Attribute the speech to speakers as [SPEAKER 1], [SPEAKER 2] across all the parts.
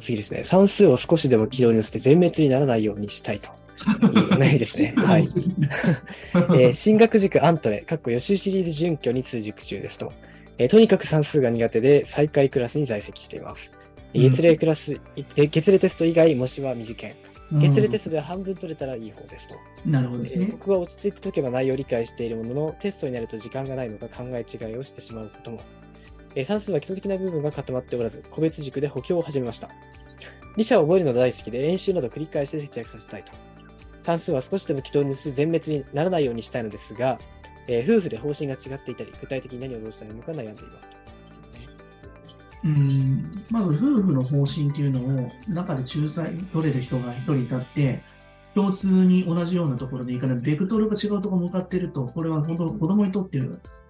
[SPEAKER 1] 次ですね。算数を少しでも軌道に乗せて全滅にならないようにしたいと。 いうお悩みですね。はい。えー進学塾アントレ、かっこ予習シリーズ準拠に通塾中ですと、えーとにかく算数が苦手で最下位クラスに在籍しています。
[SPEAKER 2] うん
[SPEAKER 1] 月齢クラス、え月齢テスト以外模試は未受験。月齢テ
[SPEAKER 2] す。
[SPEAKER 1] ストでは半分取れたらいい方ですと。
[SPEAKER 2] なるほどです
[SPEAKER 1] えー
[SPEAKER 2] ね。
[SPEAKER 1] 僕は落ち着いて解けば内容を理解しているものの、テストになると時間がないのか考え違いをしてしまうことも。えー算数は基礎的な部分が固まっておらず、個別塾で補強を始めました。理者を覚えるのが大好きで、演習など繰り返して節約させたいと。算数は少しでも軌道に乗せ全滅にならないようにしたいのですが、えー夫婦で方針が違っていたり、具体的に何をどうしたらいいのか悩んでいます。
[SPEAKER 2] うんまず夫婦の方針っていうのを中で仲裁取れる人が一人立って共通に同じようなところでいかないベクトルが違うところに向かっているとこれは本当子供にとって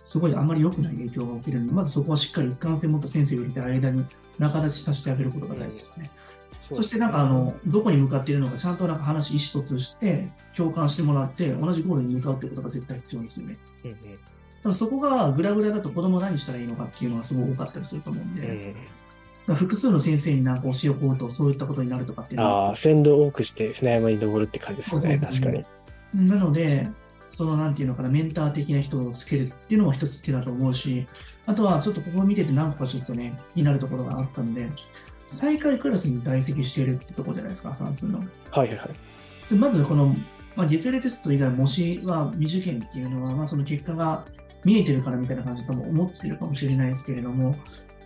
[SPEAKER 2] すごいあんまり良くない影響が起きるのでまずそこはしっかり一貫性を持った先生を入れて間に仲立ちさせてあげることが大事ですね。
[SPEAKER 1] そ
[SPEAKER 2] そしてなんかあのどこに向かっているのかちゃんとなんか話意思疎通して共感してもらって同じゴールに向かうってことが絶対必要ですよね。
[SPEAKER 1] うんう
[SPEAKER 2] ただそこがグラグラだと子供何したらいいのかっていうのがすごく多かったりすると思うんで。
[SPEAKER 1] んうん
[SPEAKER 2] まあ複数の先生になんか教えをこうとそういったことになるとかっていうのは
[SPEAKER 1] ああ、先導多くして船山に登るって感じですよね、確かに。
[SPEAKER 2] なのでそのなんていうのかなメンター的な人をつけるっていうのも一つ手だと思うしあとはちょっとここを見てて何個かちょっとね気になるところがあったんで最下位クラスに在籍しているってところじゃないですか算数の
[SPEAKER 1] はいはいはい。
[SPEAKER 2] でまずこの、まあ、ゲセレテスト以外模試は未受験っていうのは、まあ、その結果が見えてるからみたいな感じとも思ってるかもしれないですけれども、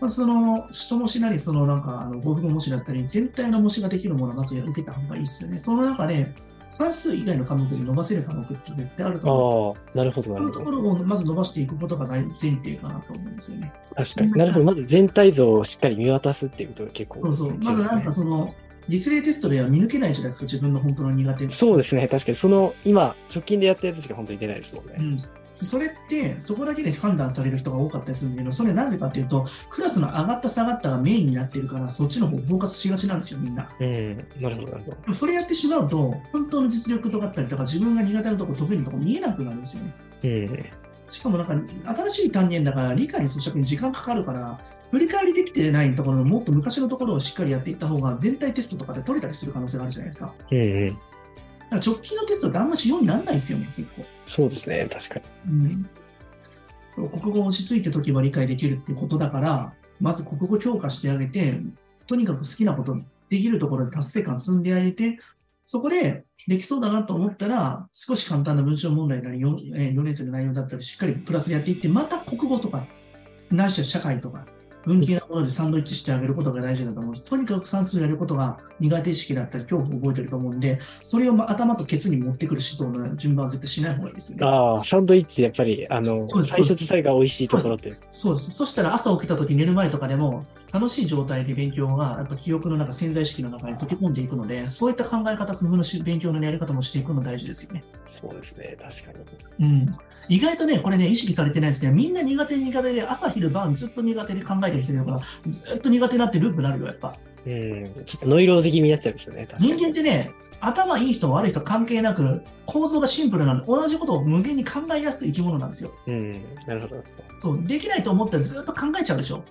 [SPEAKER 2] まあ、その下模試なりそのなんかあの合格模試だったり全体の模試ができるものはまず受けた方がいいですよねその中で算数以外の科目で伸ばせる科目って絶対あると思う
[SPEAKER 1] ああ、なるほど、なるほ
[SPEAKER 2] そのと
[SPEAKER 1] ど
[SPEAKER 2] こ。ろをまず伸ばしていくことが大前提かなと思うんですよね。
[SPEAKER 1] 確かに。なるほど。まず全体像をしっかり見渡すっていうことが結構
[SPEAKER 2] そうそう。ま
[SPEAKER 1] で
[SPEAKER 2] ず
[SPEAKER 1] す
[SPEAKER 2] なん
[SPEAKER 1] ね
[SPEAKER 2] か。その、実例テストでは見抜けないじゃないですか、自分の本当の苦手な
[SPEAKER 1] そうですね。確かに、その、今、直近でやったやつしか本当に出ないですもんね。
[SPEAKER 2] うん、それって、そこだけで判断される人が多かったりするんだけど、それなぜかっていうと、クラスの上がった下がったがメインになってるから、そっちの方フォーカスしがちなんですよ、みんな。
[SPEAKER 1] うん。なるほど、なるほど。
[SPEAKER 2] それやってしまうと、本当の実力とかだったりとか、自分が苦手なところ、得意なところ見えなくなるんですよね。
[SPEAKER 1] うん。
[SPEAKER 2] しかもなんか、新しい単元だから、理解に咀嚼に時間かかるから、振り返りできてないところのもっと昔のところをしっかりやっていった方が、全体テストとかで取れたりする可能性があるじゃないですか。
[SPEAKER 1] うんうん。
[SPEAKER 2] だから直近のテストってあんましようにならないですよね、結構。
[SPEAKER 1] そうですね。確かに。
[SPEAKER 2] うん、国語を落ち着いて解けば理解できるってことだから、まず国語強化してあげて、とにかく好きなこと、できるところで達成感積んであげて、そこでできそうだなと思ったら、少し簡単な文章問題なり4、えー四年生の内容だったり、しっかりプラスでやっていって、また国語とか、ないしは社会とか、文系なものでサンドイッチしてあげることが大事だと思うし、とにかく算数やることが苦手意識だったり、恐怖を覚えてると思うんで、それをまあ頭とケツに持ってくる指導の順番は絶対しない方がいいですよね。
[SPEAKER 1] ああ、サンドイッチ、やっぱり、あの、
[SPEAKER 2] そうです
[SPEAKER 1] 最初と最後が美味しいところって。
[SPEAKER 2] そうです。そしたら朝起きた時寝る前とかでも、楽しい状態で勉強が、やっぱ記憶の中、潜在意識の中に溶け込んでいくので、そういった考え方、工夫のし勉強のやり方もしていくの大事ですよね。
[SPEAKER 1] そうですね。確かに。
[SPEAKER 2] うん。意外とね、これね、意識されてないんですけど、みんな苦手苦手で、朝昼晩ずっと苦手で考えてる人いるから、ずっと苦手になってループになるよ、やっぱ。
[SPEAKER 1] うん。ちょっとノイローゼ気味になっちゃうんですよね。確か
[SPEAKER 2] 人
[SPEAKER 1] に。
[SPEAKER 2] 間ってね、頭いい人悪い人関係なく、構造がシンプルなので、同じことを無限に考えやすい生き物なんですよ。
[SPEAKER 1] うん。なるほど。
[SPEAKER 2] そう、できないと思ったらずっと考えちゃうでしょ。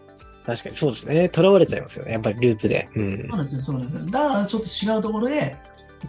[SPEAKER 1] 確かに、そうですね。囚われちゃいますよね。やっぱりループで。うん
[SPEAKER 2] そう。なんですよ、そうなんですよ。だからちょっと違うところで、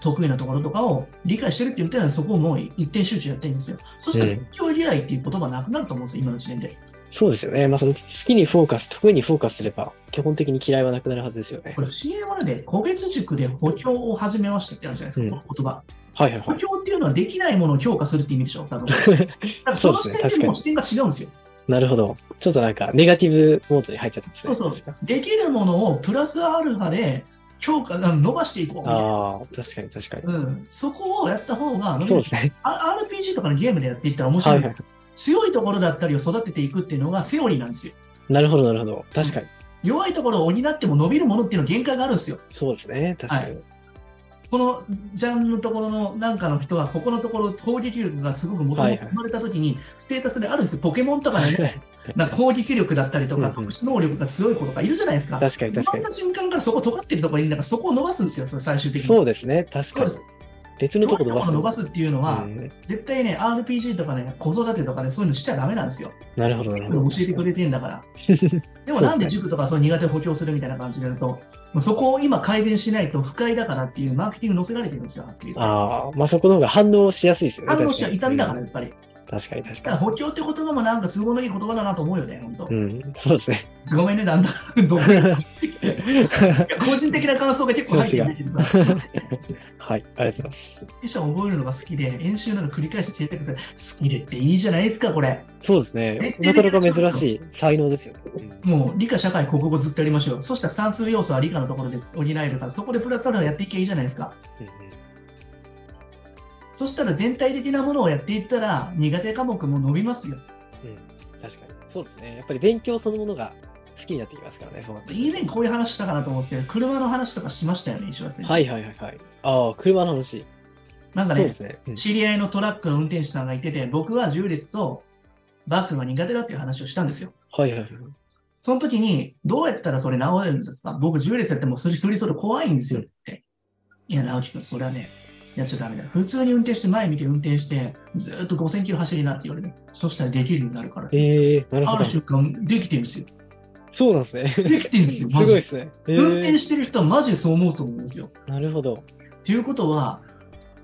[SPEAKER 2] 得意なところとかを理解してるって言ったら、そこをもう一点集中やってるんですよ。そしたら、
[SPEAKER 1] うん
[SPEAKER 2] 勉強嫌いっていう言葉なくなると思うんですよ、今の時点で。
[SPEAKER 1] そうですよね。まあ、その好きにフォーカス、得意にフォーカスすれば、基本的に嫌いはなくなるはずですよね
[SPEAKER 2] こ。れ、不思議なもので、個別塾で補強を始めましたってあるじゃないですか、
[SPEAKER 1] うん
[SPEAKER 2] この言葉。
[SPEAKER 1] はいはい
[SPEAKER 2] 補
[SPEAKER 1] はい。
[SPEAKER 2] 強っていうのはできないものを強化するって意味でしょ、 多分。だからその視点でもう視点が違うんですよ。
[SPEAKER 1] なるほど。ちょっとなんか、ネガティブモードに入っちゃったんです
[SPEAKER 2] そ
[SPEAKER 1] ね。
[SPEAKER 2] うそう
[SPEAKER 1] 確か
[SPEAKER 2] できるものをプラスアルファで強化、あの伸ばしていこうみたいな。
[SPEAKER 1] ああ、確かに確か
[SPEAKER 2] うん、そこをやった方が、
[SPEAKER 1] に。そうですね。
[SPEAKER 2] あ RPG とかのゲームでやっていったら面白
[SPEAKER 1] はいい
[SPEAKER 2] ん
[SPEAKER 1] は
[SPEAKER 2] だよ
[SPEAKER 1] い。
[SPEAKER 2] 強いところだったりを育てていくっていうのがセオリーなんですよ。
[SPEAKER 1] なるほど、なるほど。確かに。
[SPEAKER 2] 弱いところを補っても伸びるものっていうのは限界があるんですよ。
[SPEAKER 1] そうですね。確かに。
[SPEAKER 2] このジャンルのところのなんかの人は、ここのところ攻撃力がすごくもと
[SPEAKER 1] は
[SPEAKER 2] も
[SPEAKER 1] い
[SPEAKER 2] と
[SPEAKER 1] はい
[SPEAKER 2] 生まれた時に、ステータスであるんですよ。ポケモンとかね、なんか攻撃力だったりと
[SPEAKER 1] う
[SPEAKER 2] か、
[SPEAKER 1] んうん
[SPEAKER 2] 特殊能力が強い子とかいるじゃないですか。
[SPEAKER 1] 確かに確か
[SPEAKER 2] そんな瞬間からそこ尖ってるところに、なんかそこを伸ばすんですよ、それ最終
[SPEAKER 1] に。
[SPEAKER 2] 的に。
[SPEAKER 1] そうですね。確
[SPEAKER 2] そ
[SPEAKER 1] か
[SPEAKER 2] う
[SPEAKER 1] に
[SPEAKER 2] で。す
[SPEAKER 1] 別のとこ
[SPEAKER 2] 伸
[SPEAKER 1] 伸
[SPEAKER 2] ば
[SPEAKER 1] ば
[SPEAKER 2] す
[SPEAKER 1] す
[SPEAKER 2] 伸ばすっていうのは、
[SPEAKER 1] うん
[SPEAKER 2] 絶対ね、RPG とかね、子育てとかでそういうのしちゃダメなんですよ。
[SPEAKER 1] なるほど、なるほ
[SPEAKER 2] 教
[SPEAKER 1] ど。
[SPEAKER 2] えてくれてんだから。でも
[SPEAKER 1] そうですね
[SPEAKER 2] なんで塾とかそう苦手を補強するみたいな感じになると、もうそこを今改善しないと不快だからっていうマーケティングに載せられてるんですよ、はっきり言って
[SPEAKER 1] ああ、まあそこの方が反応しやすいですよね。
[SPEAKER 2] 反応しちゃう痛みだから、
[SPEAKER 1] う
[SPEAKER 2] や
[SPEAKER 1] ん
[SPEAKER 2] っぱり。
[SPEAKER 1] 確かに確
[SPEAKER 2] だから
[SPEAKER 1] か
[SPEAKER 2] 補強って言葉もなんか都合のいい言葉だなと思うよね、本当。
[SPEAKER 1] に。うん、そうですね。
[SPEAKER 2] ごめんね、だんだん。どうも いや個人的な感想が結構入ってないけ どさ。
[SPEAKER 1] はい、ありがとうございます。
[SPEAKER 2] ミッション覚えるのが好きで、演習なんか繰り返し制作する。スキルっていいじゃないですか、これ。
[SPEAKER 1] そうですね。なかなか珍しい才能ですよね。うん
[SPEAKER 2] もう理科、社会、国語ずっとやりましょうよ。そしたら算数要素は理科のところで補えるから、そこでプラスアルファやっていけばいいじゃないですか。そしたら全体的なものをやっていったら、苦手科目も伸びますよ。
[SPEAKER 1] うんうん確かに。そうですね。やっぱり勉強そのものが好きになってきますからね、そうなってくると
[SPEAKER 2] 以前こういう話したかなと思うんですけど、車の話とかしましたよね、石橋先生。
[SPEAKER 1] はいはいはいはい。ああ、車の話。
[SPEAKER 2] なんか
[SPEAKER 1] そう
[SPEAKER 2] ね
[SPEAKER 1] で、すね。
[SPEAKER 2] 知り合いのトラックの運転手さんがいてて、僕は重列とバックが苦手だっていう話をしたんですよ。
[SPEAKER 1] はいはいはい。
[SPEAKER 2] その時に、どうやったらそれ治れるんですか僕、重列やってもスリスリそれ怖いんですよって。いや、直樹君、それはね、やっちゃダメだよ。普通に運転して、前見て運転して、ずーっと5000キロ走りなって言われて、そしたらできるようになるから。
[SPEAKER 1] ええなる
[SPEAKER 2] あ
[SPEAKER 1] ほ
[SPEAKER 2] る
[SPEAKER 1] ど。
[SPEAKER 2] 瞬間、できてるんですよ。
[SPEAKER 1] そうなんですね。す
[SPEAKER 2] できてるんですよ、
[SPEAKER 1] ご
[SPEAKER 2] マ
[SPEAKER 1] い
[SPEAKER 2] ジ
[SPEAKER 1] で
[SPEAKER 2] で。
[SPEAKER 1] すね。ええ
[SPEAKER 2] 運転してる人はマジでそう思うと思うんですよ。
[SPEAKER 1] なるほど。
[SPEAKER 2] ということは、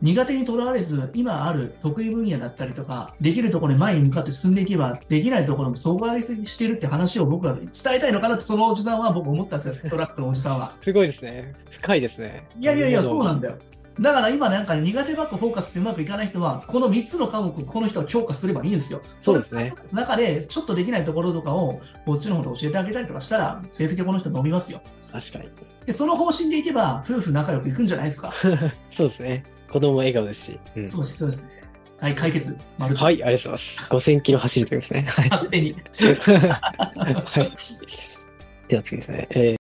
[SPEAKER 2] 苦手にとらわれず、今ある得意分野だったりとか、できるところに前に向かって進んでいけば、できないところも阻害してるって話を僕は伝えたいのかなって、そのおじさんは僕思ったんですよ、トラックのおじさんは。
[SPEAKER 1] すごいですね。深いですね。
[SPEAKER 2] いやいやいや、そうなん
[SPEAKER 1] だ。
[SPEAKER 2] だよ。だから今なんか苦手ばっかフォーカスしてうまくいかない人は、この3つの科目をこの人は強化すればいいんですよ。
[SPEAKER 1] そうですね。
[SPEAKER 2] 中で、ちょっとできないところとかを、こっちの方で教えてあげたりとかしたら、成績はこの人伸びますよ。
[SPEAKER 1] 確かに。
[SPEAKER 2] で、その方針でいけば、夫婦仲良くいくんじゃないですか。
[SPEAKER 1] そうですね。子供も笑顔ですし。うん
[SPEAKER 2] そうです、そうです。はい、解決。マルチ
[SPEAKER 1] はい、ありがとうございます。5000キロ 走